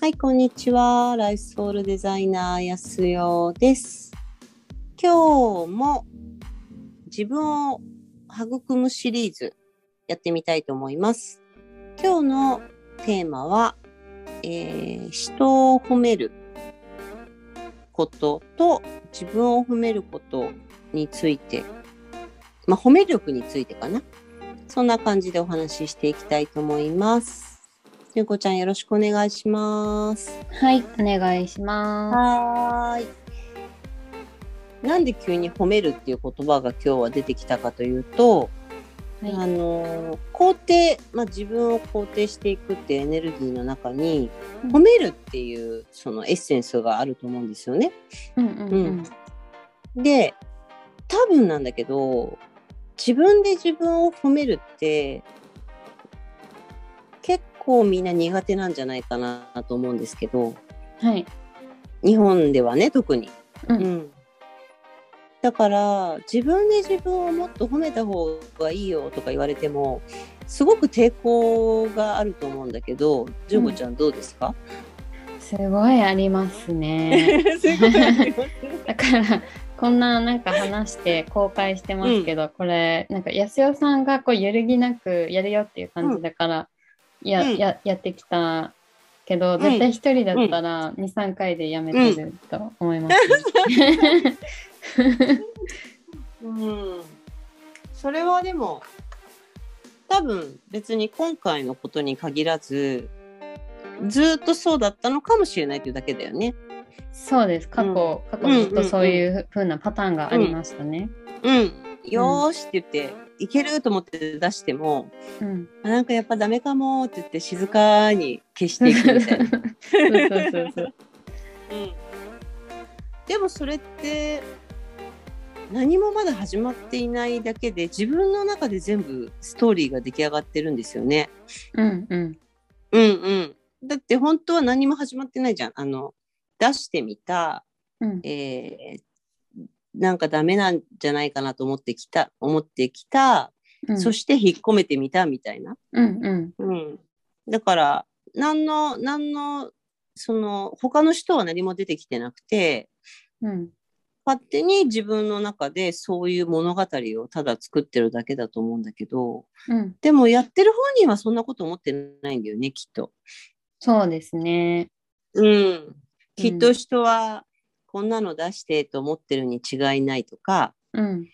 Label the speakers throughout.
Speaker 1: はい、こんにちは。ライフソウルデザイナーやすよです。今日も自分を育むシリーズやってみたいと思います。今日のテーマは、えー人を褒めることと自分を褒めることについて、まあ、褒め力についてかな。そんな感じでお話ししていきたいと思います。ゆうこちゃんよろしくお願いします。
Speaker 2: はい、お願いしま
Speaker 1: はーい。なんで急に褒めるっていう言葉が今日は出てきたかというと、
Speaker 2: す。は
Speaker 1: あ
Speaker 2: い、
Speaker 1: のー肯定、まあ、自分を肯定していくっていうエネルギーの中に褒めるっていうそのエッセンスがあると思うんですよね。
Speaker 2: うんうんうん。
Speaker 1: で多分なんだけど自分で自分を褒めるって結構みんな苦手なんじゃないかなと思うんですけど
Speaker 2: はい、
Speaker 1: 日本ではね特に。
Speaker 2: うん
Speaker 1: だから自分で自分をもっと褒めた方がいいよとか言われてもすごく抵抗があると思うんだけどジョブちゃんどうですか、
Speaker 2: すごいあります ね。
Speaker 1: そういうことありますね
Speaker 2: だから、こんななんか話して公開してますけど、これ、なんか安代さんがこう揺るぎなくやるよっていう感じだから、や、
Speaker 1: うん
Speaker 2: や、やってきたけど、
Speaker 1: ん
Speaker 2: 絶対一人だったら2、3回でやめてると思います、ね。
Speaker 1: うん、それはでも多分別に今回のことに限らずずーっとそうだったのかもしれないというだけだよね。
Speaker 2: そうです。過去、過去ずっとそういう風なパターンがありましたね。
Speaker 1: うん、よーしって言って、いけると思って出しても
Speaker 2: うん。
Speaker 1: あなんかやっぱダメかもって言って静かに消していくみたいな。
Speaker 2: そうそうそうそ
Speaker 1: う
Speaker 2: う。
Speaker 1: ん、でもそれって何もまだ始まっていないだけで自分の中で全部ストーリーが出来上がってるんですよね。
Speaker 2: うんうん。
Speaker 1: うんうん。だって本当は何も始まってないじゃん。あの、出してみた、
Speaker 2: うん
Speaker 1: えーなんかダメなんじゃないかなと思ってきた、思ってきた、
Speaker 2: うん、
Speaker 1: そして引っ込めてみたみたいな。
Speaker 2: うんうん
Speaker 1: うん。だから、何の、何の、その、他の人は何も出てきてなくて、
Speaker 2: うん
Speaker 1: 勝手に自分の中でそういう物語をただ作ってるだけだと思うんだけど、
Speaker 2: うん、
Speaker 1: でもやってる本人はそんなこと思ってないんだよね、きっと。
Speaker 2: そうですね。
Speaker 1: うん、きっと人はこんなの出してと思ってるに違いないとか、
Speaker 2: うん、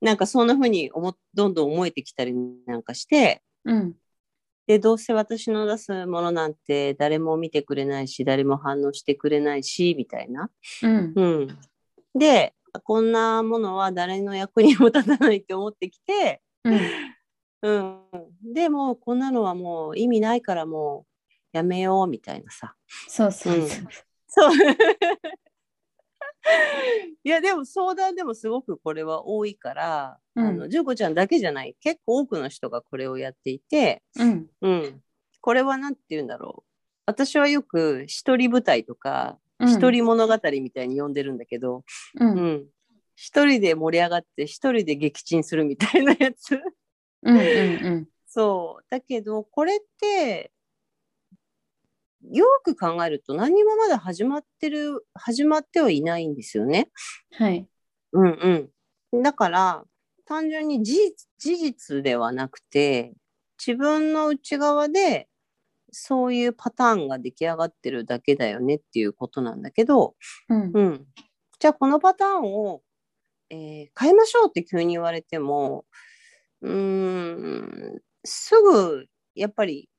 Speaker 1: なんかそんな風に思っどんどん思えてきたりなんかして
Speaker 2: うん、
Speaker 1: でどうせ私の出すものなんて誰も見てくれないし誰も反応してくれないしみたいな。
Speaker 2: うん、
Speaker 1: うん、でこんなものは誰の役にも立たないって思ってきて、
Speaker 2: うん、
Speaker 1: うん、でもうこんなのはもう意味ないからもうやめようみたいなさ。
Speaker 2: そうそうそう。
Speaker 1: そう。いやでも相談でもすごくこれは多いから、
Speaker 2: うん
Speaker 1: あの純子ちゃんだけじゃない結構多くの人がこれをやっていて、
Speaker 2: うん、
Speaker 1: うん、これは何て言うんだろう私はよく一人舞台とか
Speaker 2: うん
Speaker 1: 一、、人物語みたいに呼んでるんだけど、
Speaker 2: う
Speaker 1: うん
Speaker 2: ん、
Speaker 1: 一人で盛り上がって一人で撃沈するみたいなや つ。
Speaker 2: うん、うん、
Speaker 1: そうだけどこれってよく考えると何もまだ始まってる始まってはいないんですよね。
Speaker 2: はい、
Speaker 1: うんうん、だから単純に事実事実ではなくて自分の内側でそういうパターンが出来上がってるだけだよねっていうことなんだけど、
Speaker 2: うん、
Speaker 1: うん、じゃあこのパターンを、えー変えましょうって急に言われてもうーんすぐやっぱり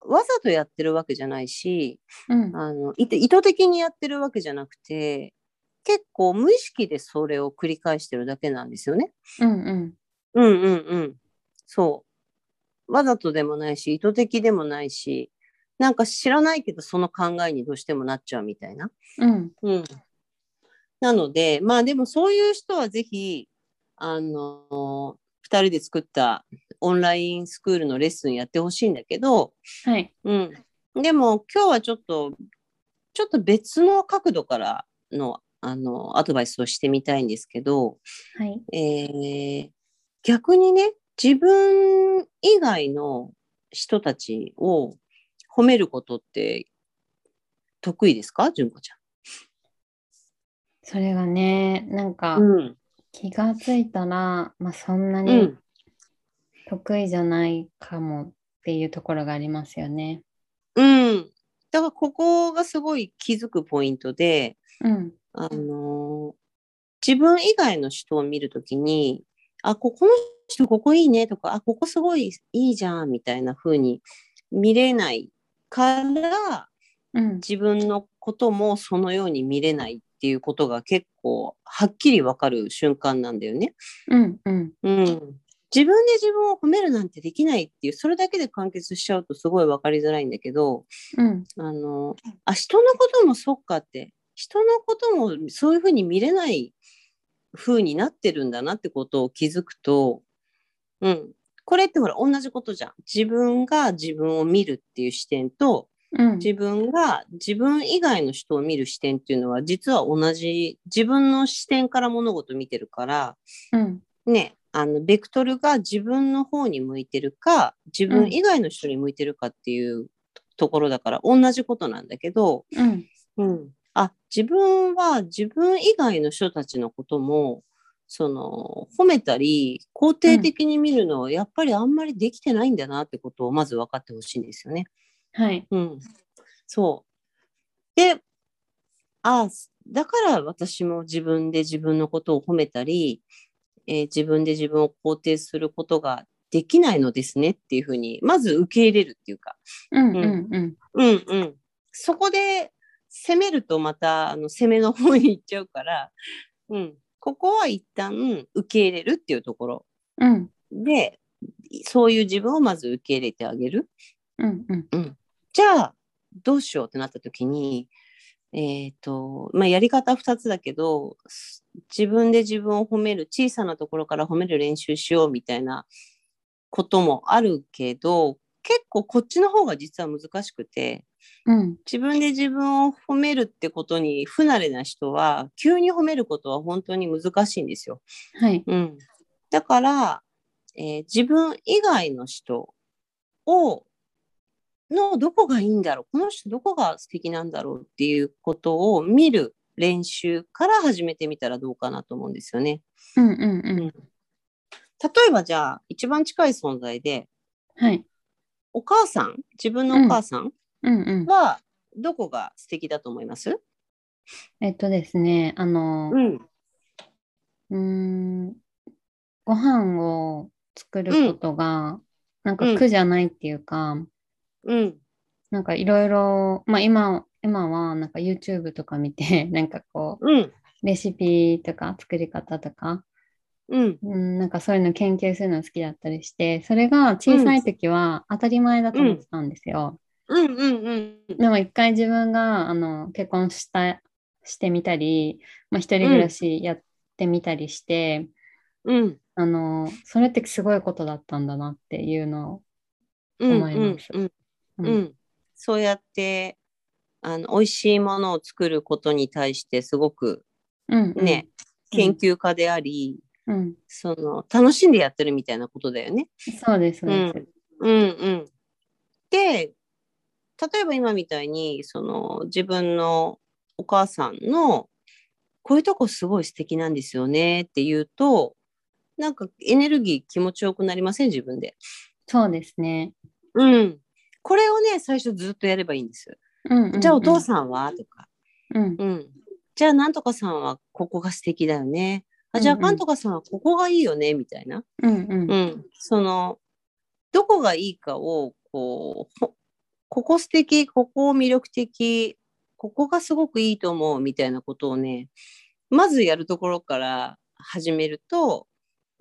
Speaker 1: わざとやってるわけじゃないし
Speaker 2: うん、
Speaker 1: あのいて意図的にやってるわけじゃなくて結構無意識でそれを繰り返してるだけなんですよね。
Speaker 2: うん、うん、
Speaker 1: うんうんうん。そう。わざとでもないし意図的でもないしなんか知らないけどその考えにどうしてもなっちゃうみたいな。
Speaker 2: うん、
Speaker 1: うん、なのでまあでもそういう人はぜひあの2人で作ったオンラインスクールのレッスンやってほしいんだけど、
Speaker 2: はい、
Speaker 1: うん、でも今日はちょっとちょっと別の角度からのあのアドバイスをしてみたいんですけど、
Speaker 2: はい、
Speaker 1: えー逆にね自分以外の人たちを褒めることって得意ですか純子ち
Speaker 2: それがね、なん
Speaker 1: ゃ
Speaker 2: か
Speaker 1: ん。うん。
Speaker 2: 気がついたら、まあそんな
Speaker 1: う
Speaker 2: に
Speaker 1: ん。
Speaker 2: 得意じゃないかもっていうところがありますよね。
Speaker 1: うん。だからここがすごい気づくポイントで、
Speaker 2: うん。
Speaker 1: あのー自分以外の人を見るときに、あ、ここの人ここいいねとか、あ、ここすごいいいじゃんみたいな風に見れないから、
Speaker 2: うん。
Speaker 1: 自分のこともそのように見れないっていうことが結構はっきりわかる瞬間なんだよね。
Speaker 2: うん。うん。
Speaker 1: うん。自分で自分を褒めるなんてできないっていう、それだけで完結しちゃうとすごいわかりづらいんだけど、
Speaker 2: うん。
Speaker 1: あの、あ、人のこともそっかって、人のこともそういうふうに見れない風になってるんだなってことを気づくと、うん。これってほら、同じことじゃん。自分が自分を見るっていう視点と、
Speaker 2: うん。
Speaker 1: 自分が自分以外の人を見る視点っていうのは、実は同じ、自分の視点から物事見てるから、
Speaker 2: うん。
Speaker 1: ね、あの、ベクトルが自分の方に向いてるか、自分以外の人に向いてるかっていうところだから、同じことなんだけど、
Speaker 2: うん。
Speaker 1: うん。あ、自分は自分以外の人たちのことも、その、褒めたり、肯定的に見るのは、やっぱりあんまりできてないんだなってことを、まず分かってほしいんですよね。
Speaker 2: はい。
Speaker 1: うん。そう。で、ああ、だから私も自分で自分のことを褒めたり、えー自分で自分を肯定することができないのですねっていうふうに、まず受け入れるっていうか、
Speaker 2: うん。うん。うん。
Speaker 1: うんうん。そこで攻めるとまた、あの、攻めの方に行っちゃうから、うん。ここは一旦受け入れるっていうところ
Speaker 2: うん。
Speaker 1: で、そういう自分をまず受け入れてあげる。
Speaker 2: うん。うん。
Speaker 1: じゃあどうしようってなった時に、えっとまあ、やり方2つだけどす自分で自分を褒める小さなところから褒める練習しようみたいなこともあるけど結構こっちの方が実は難しくて
Speaker 2: うん。
Speaker 1: 自分で自分を褒めるってことに不慣れな人は急に褒めることは本当に難しいんですよ。
Speaker 2: はい。
Speaker 1: うん、だから、えー自分以外の人をのどこがいいんだろうこの人どこが素敵なんだろうっていうことを見る練習から始めてみたらどうかなと思うんですよね。
Speaker 2: うん。うん。うん。
Speaker 1: 例えばじゃあ一番近い存在で
Speaker 2: はい。
Speaker 1: お母さん自分のお母さん
Speaker 2: うん。うん。
Speaker 1: はどこが素敵だと思います、
Speaker 2: えっとですね、あの、
Speaker 1: ん
Speaker 2: うーん、ご飯を作ることが、なんか苦じゃないっていうか、
Speaker 1: うん
Speaker 2: なんかいろいろ、まあ今、今はなんか YouTube とか見て、 なんかこ
Speaker 1: うん
Speaker 2: う、レシピとか作り方とか、
Speaker 1: うん
Speaker 2: うん、なんかそういうの研究するの好きだったりして、それが小さい時は当たり前だと思ってたんです
Speaker 1: う
Speaker 2: よ。
Speaker 1: んうんうん
Speaker 2: でも一回自分があの結婚したしてみたり、まあ、一人暮らしやってみたりして、
Speaker 1: うん
Speaker 2: あのそれってすごいことだったんだなっていうのを、
Speaker 1: うん
Speaker 2: 思います
Speaker 1: うんうん
Speaker 2: う
Speaker 1: う、ん、そうやってあの美味しいものを作ることに対してすごく
Speaker 2: うんうん、
Speaker 1: ね、
Speaker 2: うん
Speaker 1: 研究家であり、
Speaker 2: うん、
Speaker 1: その楽しんでやってるみたいなことだよね。
Speaker 2: そうですそうです、
Speaker 1: うんうん、で例えば今みたいにその自分のお母さんのこういうとこすごい素敵なんですよねって言うとなんかエネルギー気持ちよくなりません自分で。
Speaker 2: そうですね、
Speaker 1: うん、これをね最初ずっとやればいいんです。
Speaker 2: うんうんうん、
Speaker 1: じゃあお父さんはとか
Speaker 2: うん
Speaker 1: うん、じゃあなんとかさんはここが素敵だよね。あじゃあ
Speaker 2: うんうん
Speaker 1: なんとかさんはここがいいよねみたいな。
Speaker 2: うんうん
Speaker 1: う、ん、そのどこがいいかをこうほここ素敵ここ魅力的ここがすごくいいと思うみたいなことをねまずやるところから始めると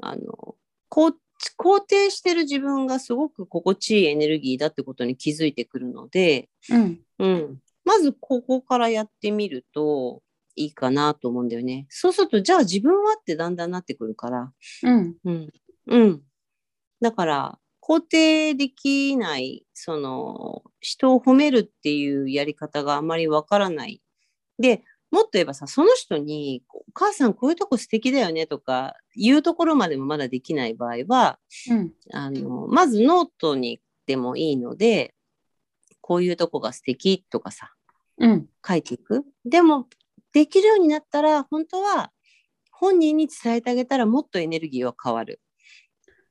Speaker 1: あのこう肯定してる自分がすごく心地いいエネルギーだってことに気づいてくるので、
Speaker 2: うん
Speaker 1: うん、まずここからやってみるといいかなと思うんだよね。そうすると、じゃあ自分はってだんだんなってくるから。
Speaker 2: うん
Speaker 1: うん。うん。だから、肯定できない、その、人を褒めるっていうやり方があまりわからない。で、もっと言えばさ、その人に、お母さんこういうとこ素敵だよねとか、言うところまでもまだできない場合は、
Speaker 2: うん
Speaker 1: あの、まずノートにでもいいので、こういうとこが素敵とかさ、
Speaker 2: うんうん。
Speaker 1: 書いていく。でも、できるようになったら、本当は本人に伝えてあげたらもっとエネルギーは変わる。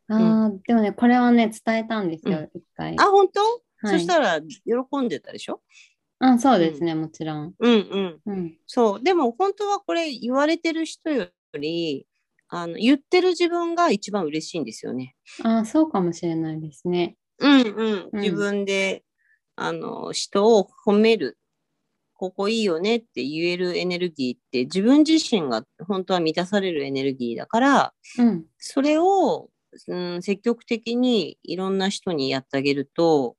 Speaker 2: ああ、でもね、これはね、伝えたんですよ、一回。
Speaker 1: あ、本当、
Speaker 2: は
Speaker 1: そ
Speaker 2: い、
Speaker 1: したら喜んでたでしょ
Speaker 2: あ、そうですね、もちろん。
Speaker 1: うんうん。
Speaker 2: うん。
Speaker 1: そう。でも本当はこれ言われてる人より、あの言ってる自分が一番嬉しいんですよね。
Speaker 2: ああ、そうかもしれないですね。
Speaker 1: うんうん
Speaker 2: う。ん
Speaker 1: 自分で、あの人を褒める。ここいいよねって言えるエネルギーって自分自身が本当は満たされるエネルギーだから、
Speaker 2: うん。
Speaker 1: それを、うん、積極的にいろんな人にやってあげると、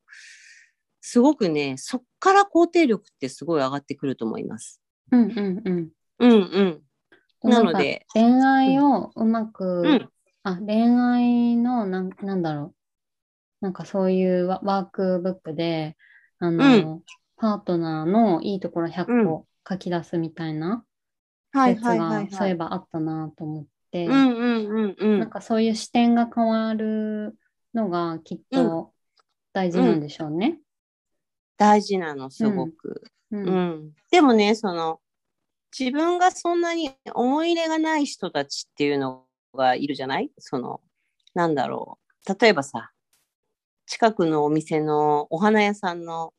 Speaker 1: すごくね、そっから肯定力ってすごい上がってくると思います。
Speaker 2: うんうんうん。
Speaker 1: うんうん。なので
Speaker 2: なんか恋愛をうまく、
Speaker 1: うん
Speaker 2: あ恋愛のなんなんだろうなんかそういうワワークブックであの、パートナーのいいところ100個書き出すみたいな
Speaker 1: は
Speaker 2: やつがそういえばあったなと思って、
Speaker 1: うんうんうんう
Speaker 2: なん
Speaker 1: ん。
Speaker 2: かそういう視点が変わるのがきっと大事なんでしょうね。
Speaker 1: 大事なの、すごく。
Speaker 2: う
Speaker 1: うんん。でもね、その、自分がそんなに思い入れがない人たちっていうのがいるじゃないその、なんだろう。例えばさ、近くのお店のお花屋さんの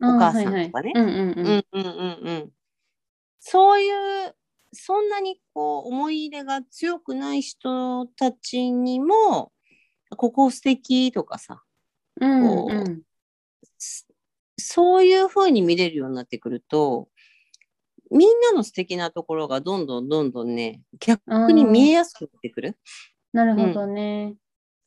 Speaker 2: あー
Speaker 1: お母さん
Speaker 2: はいはい
Speaker 1: とかね
Speaker 2: うんうんう
Speaker 1: う
Speaker 2: ん
Speaker 1: んうんうんうんそういうそんなにこう思い入れが強くない人たちにもここ素敵とかさ
Speaker 2: うんうん
Speaker 1: そそういう風に見れるようになってくるとみんなの素敵なところがどんどんどんどんね逆に見えやすくなってくる
Speaker 2: なるほどね。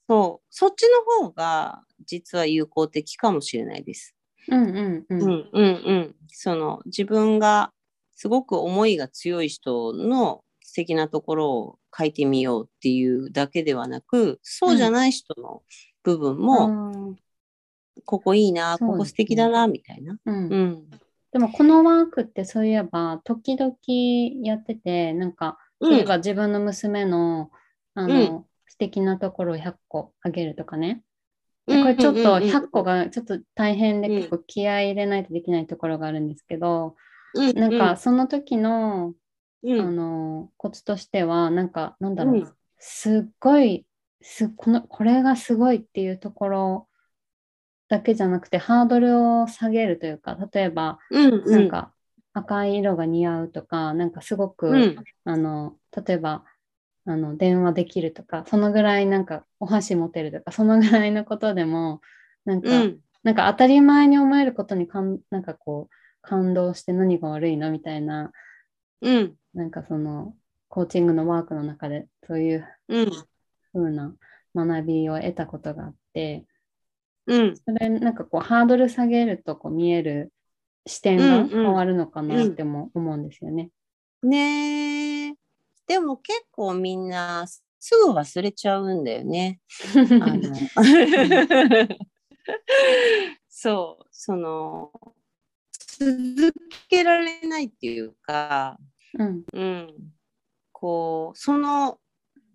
Speaker 1: そうそっちの方が実は有効的かもしれないです。
Speaker 2: うんうんうん。
Speaker 1: うんうんうん、その自分がすごく思いが強い人の素敵なところを書いてみようっていうだけではなくそうじゃない人の部分も、
Speaker 2: う
Speaker 1: ここいいな、
Speaker 2: そうですね
Speaker 1: ここ素敵だなみたいな。
Speaker 2: うん
Speaker 1: うん
Speaker 2: でもこのワークってそういえば時々やっててなんか例えば自分の娘の,、あの
Speaker 1: う
Speaker 2: 素敵なところを100個あげるとかね、
Speaker 1: う
Speaker 2: で
Speaker 1: ん
Speaker 2: これちょっと
Speaker 1: うんうん
Speaker 2: 100個がちょっと大変で
Speaker 1: うん
Speaker 2: 結構気合い入れないとできないところがあるんですけど、
Speaker 1: うん
Speaker 2: なんか、その時の,、
Speaker 1: うん
Speaker 2: あのコツとしてはなんかなんだろう、
Speaker 1: うん
Speaker 2: すっごいすこのこれがすごいっていうところだけじゃなくてハードルを下げるというか例えば
Speaker 1: うんう
Speaker 2: なんか赤い色が似合うとか、なんかすごく、
Speaker 1: うん
Speaker 2: あの例えばあの電話できるとかそのぐらいなんかお箸持てるとかそのぐらいのことでもなんか,、
Speaker 1: うん
Speaker 2: なんか当たり前に思えることにかんなんかこう感動して何が悪いのみたいな
Speaker 1: うん
Speaker 2: なんかそのコーチングのワークの中でそういう
Speaker 1: うん
Speaker 2: 風な学びを得たことがあって
Speaker 1: うん
Speaker 2: それなんかこうハードル下げるとこう見える視点が変わるのかなっても思うんですよね。
Speaker 1: ねえでも結構みんなすぐ忘れちゃうんだよね。あの そう、その、続けられないっていうか、
Speaker 2: うん
Speaker 1: うん、こう、その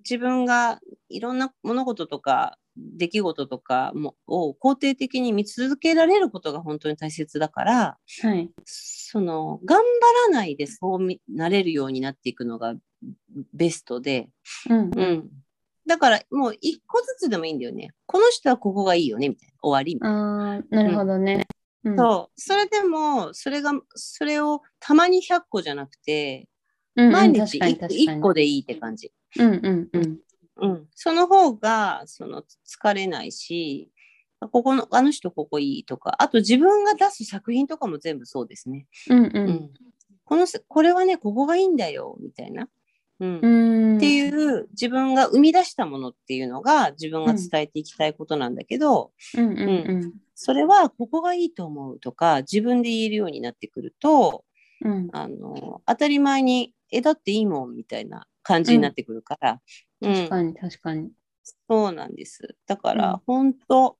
Speaker 1: 自分がいろんな物事とか出来事とかもを肯定的に見続けられることが本当に大切だから、
Speaker 2: はい、
Speaker 1: その、頑張らないでそうみなれるようになっていくのがベストで、
Speaker 2: うん
Speaker 1: うん。だから、もう一個ずつでもいいんだよね。この人はここがいいよね、みたいな。終わりみたい
Speaker 2: ああ、なるほどね。うん
Speaker 1: な。そう。それでも、それが、それをたまに100個じゃなくて、
Speaker 2: うんうん
Speaker 1: 毎日
Speaker 2: 確かに
Speaker 1: 一個一
Speaker 2: 確か
Speaker 1: 個でいいって感じ。
Speaker 2: に。うんうんうん。
Speaker 1: うん。その方が、その、疲れないし、ここの、あの人ここいいとか、あと自分が出す作品とかも全部そうですね。
Speaker 2: うん
Speaker 1: う。
Speaker 2: うん
Speaker 1: このせ、これはね、ここがいいんだよ、みたいな。うん
Speaker 2: ん。うん。
Speaker 1: って
Speaker 2: う。
Speaker 1: いう自分が生み出したものっていうのが自分が伝えていきたいことなんだけど、
Speaker 2: うんうんうん。
Speaker 1: それはここがいいと思うとか自分で言えるようになってくると
Speaker 2: うん
Speaker 1: あの当たり前に「えだっていいもん」みたいな感じになってくるから、うん
Speaker 2: 確かに確かに。
Speaker 1: そうなんですだか
Speaker 2: うん
Speaker 1: ら本当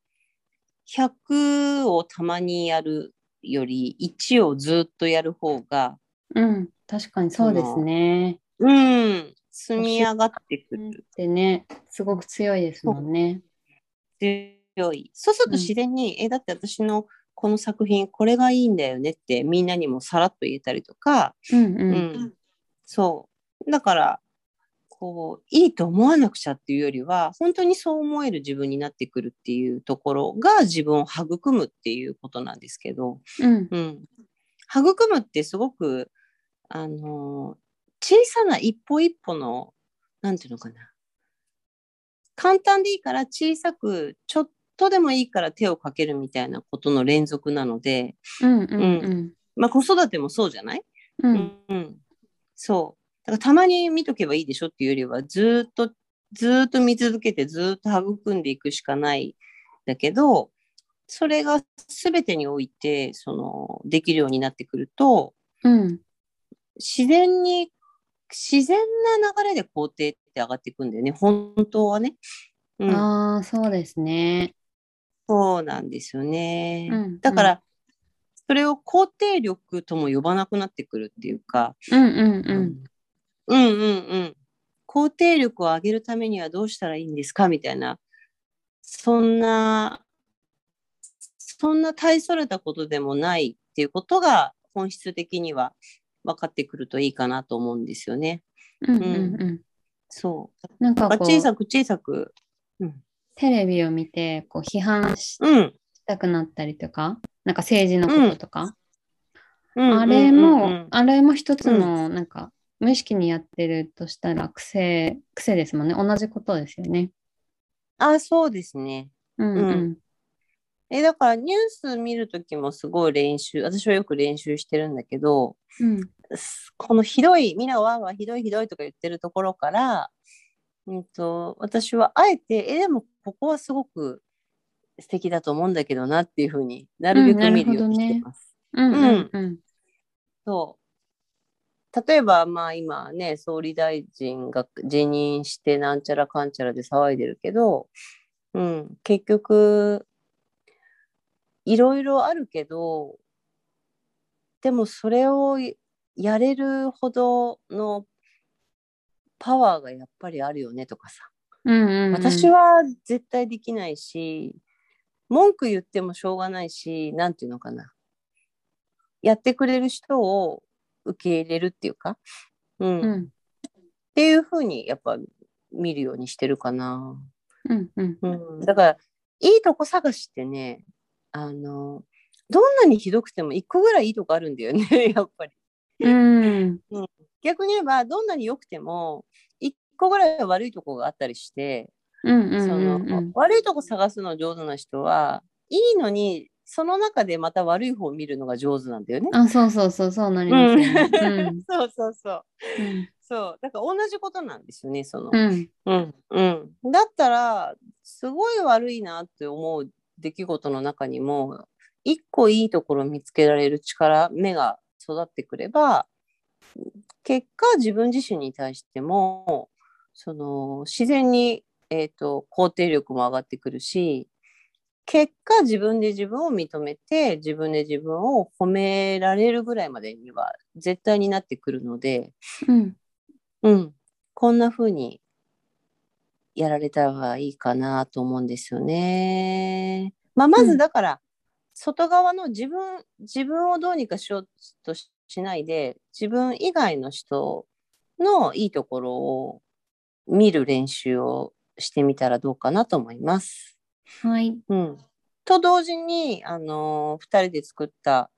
Speaker 1: 100をたまにやるより1をずっとやる方が
Speaker 2: うん。確かにそうですね。
Speaker 1: うん積み上がってくる
Speaker 2: でね、すごく強いですもんね。
Speaker 1: 強い。そうすると自然に、え、だって私のこの作品これがいいんだよねってみんなにもさらっと言えたりとか、
Speaker 2: うん
Speaker 1: う
Speaker 2: うんん。
Speaker 1: そうだからこういいと思わなくちゃっていうよりは本当にそう思える自分になってくるっていうところが自分を育むっていうことなんですけど、
Speaker 2: うん。
Speaker 1: うん、育むってすごくあの小さな一歩一歩のなんていうのかな簡単でいいから小さくちょっとでもいいから手をかけるみたいなことの連続なので、
Speaker 2: うんうんうん。
Speaker 1: まあ、子育てもそうじゃない、
Speaker 2: う
Speaker 1: うんんそうだからたまに見とけばいいでしょっていうよりはずーっとずーっと見続けてずーっと育んでいくしかないだけどそれが全てにおいてそのできるようになってくると
Speaker 2: うん。
Speaker 1: 自然に自然な流れで工程って上がっていくんだよね本当はね、うん、
Speaker 2: ああ、そうですね。
Speaker 1: そうなんですよね、
Speaker 2: うん
Speaker 1: だから、それを肯定力とも呼ばなくなってくるっていうか、
Speaker 2: うんうんうん。
Speaker 1: うんうんうん。肯定力を上げるためにはどうしたらいいんですかみたいな。そんな、そんな大それたことでもないっていうことが本質的には分かってくるといいかなと思うんですよね。
Speaker 2: うんうんうん。
Speaker 1: そう。
Speaker 2: なんか
Speaker 1: だから
Speaker 2: こ
Speaker 1: 小さ
Speaker 2: う、
Speaker 1: く小さく。
Speaker 2: テレビを見て、こう、批判し
Speaker 1: うん。
Speaker 2: たくなったりとか、なんか政治のこととか、
Speaker 1: うん
Speaker 2: あれ
Speaker 1: うんうん
Speaker 2: も、あれも一つの、なんか、無意識にやってるとしたら癖、癖ですもんね。同じことですよね。
Speaker 1: あ、そうですね。
Speaker 2: うんうん。
Speaker 1: え、だからニュース見るときもすごい練習、私はよく練習してるんだけど、
Speaker 2: うん
Speaker 1: このひどい、みんなわーわーひどいひどいとか言ってるところから、うん、と私はあえて、え、でもここはすごく素敵だと思うんだけどなっていうふうになるべ
Speaker 2: うんな
Speaker 1: く
Speaker 2: る
Speaker 1: 見
Speaker 2: ほど
Speaker 1: るようにし
Speaker 2: ね
Speaker 1: てます。
Speaker 2: うんうんうん。
Speaker 1: そう例えば、まあ今ね、総理大臣が辞任してなんちゃらかんちゃらで騒いでるけど、うん、結局、いろいろあるけど、でもそれをやれるほどのパワーがやっぱりあるよねとかさ、
Speaker 2: うんうんうん。
Speaker 1: 私は絶対できないし文句言ってもしょうがないしなんていうのかなやってくれる人を受け入れるっていうか、うんっ
Speaker 2: うん
Speaker 1: ていう風にやっぱ見るようにしてるかな、
Speaker 2: うんうん。
Speaker 1: うん、だからいいとこ探しってねあのどんなにひどくても一個ぐらいいいとこあるんだよね やっぱり。
Speaker 2: うん
Speaker 1: 逆に言えばどんなに良くても一個ぐらい悪いとこがあったりして、
Speaker 2: うんうん
Speaker 1: その
Speaker 2: うん
Speaker 1: 悪いとこ探すの上手な人はいいのにその中でまた悪い方を見るのが上手なんだよね。
Speaker 2: あ、そうそうそう、そうなりますよね。
Speaker 1: そうそうそう
Speaker 2: うん
Speaker 1: そうだから同じことなんですよねその
Speaker 2: う、ん
Speaker 1: うんうん、だったらすごい悪いなって思う出来事の中にも一個いいところを見つけられる力目が育ってくれば結果自分自身に対してもその自然に、えー、と肯定力も上がってくるし結果自分で自分を認めて自分で自分を褒められるぐらいまでには絶対になってくるので、
Speaker 2: うん
Speaker 1: うん、こんな風にやられたらいいかなと思うんですよね。まあ、ま
Speaker 2: う
Speaker 1: ず
Speaker 2: ん
Speaker 1: だから、外側の自分、自分をどうにかしようとししないで、自分以外の人のいいところを見る練習をしてみたらどうかなと思います。
Speaker 2: はい。
Speaker 1: うん、と同時に、あのー、2人で作った、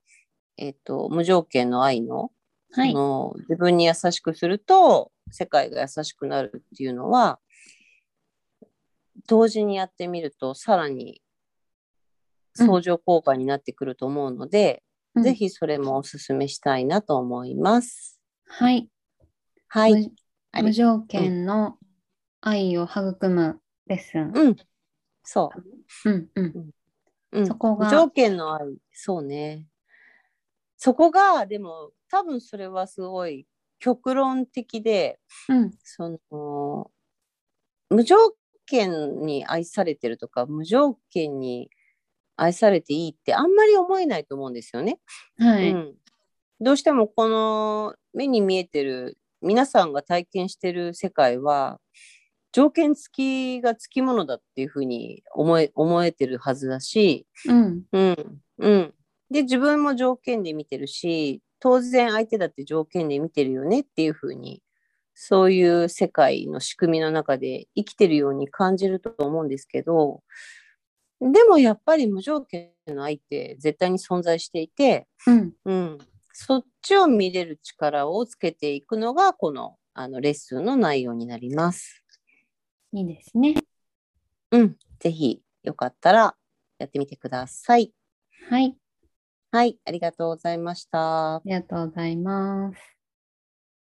Speaker 1: えっと「無条件の愛の」
Speaker 2: はい
Speaker 1: あのー自分に優しくすると世界が優しくなるっていうのは同時にやってみるとさらに相乗効果になってくると思うので、
Speaker 2: うん
Speaker 1: ぜひそれもおすすめしたいなと思います。
Speaker 2: はい。
Speaker 1: はい、
Speaker 2: 無
Speaker 1: あり
Speaker 2: 無条件の愛を育むレッスン。
Speaker 1: うん、そう
Speaker 2: うんうん。
Speaker 1: うん
Speaker 2: そこが
Speaker 1: 無条件の愛そうねそこがでも多分それはすごい極論的で
Speaker 2: うん
Speaker 1: その無条件に愛されてるとか無条件に愛されていいってあんまり思えないと思うんですよね。
Speaker 2: は
Speaker 1: う
Speaker 2: い。
Speaker 1: ん、どうしてもこの目に見えてる皆さんが体験してる世界は条件付きが付きものだっていうふうに思え思えてるはずだし、
Speaker 2: うん。
Speaker 1: うんうん、で自分も条件で見てるし当然相手だって条件で見てるよねっていうふうにそういう世界の仕組みの中で生きてるように感じると思うんですけどでもやっぱり無条件の愛って絶対に存在していて、
Speaker 2: うん。
Speaker 1: うん、そっちを見れる力をつけていくのがこのあのレッスンの内容になります。
Speaker 2: いいですね。
Speaker 1: うん、ぜひよかったらやってみてください。
Speaker 2: はい。
Speaker 1: はい、ありがとうございました
Speaker 2: あ。りがとうございます。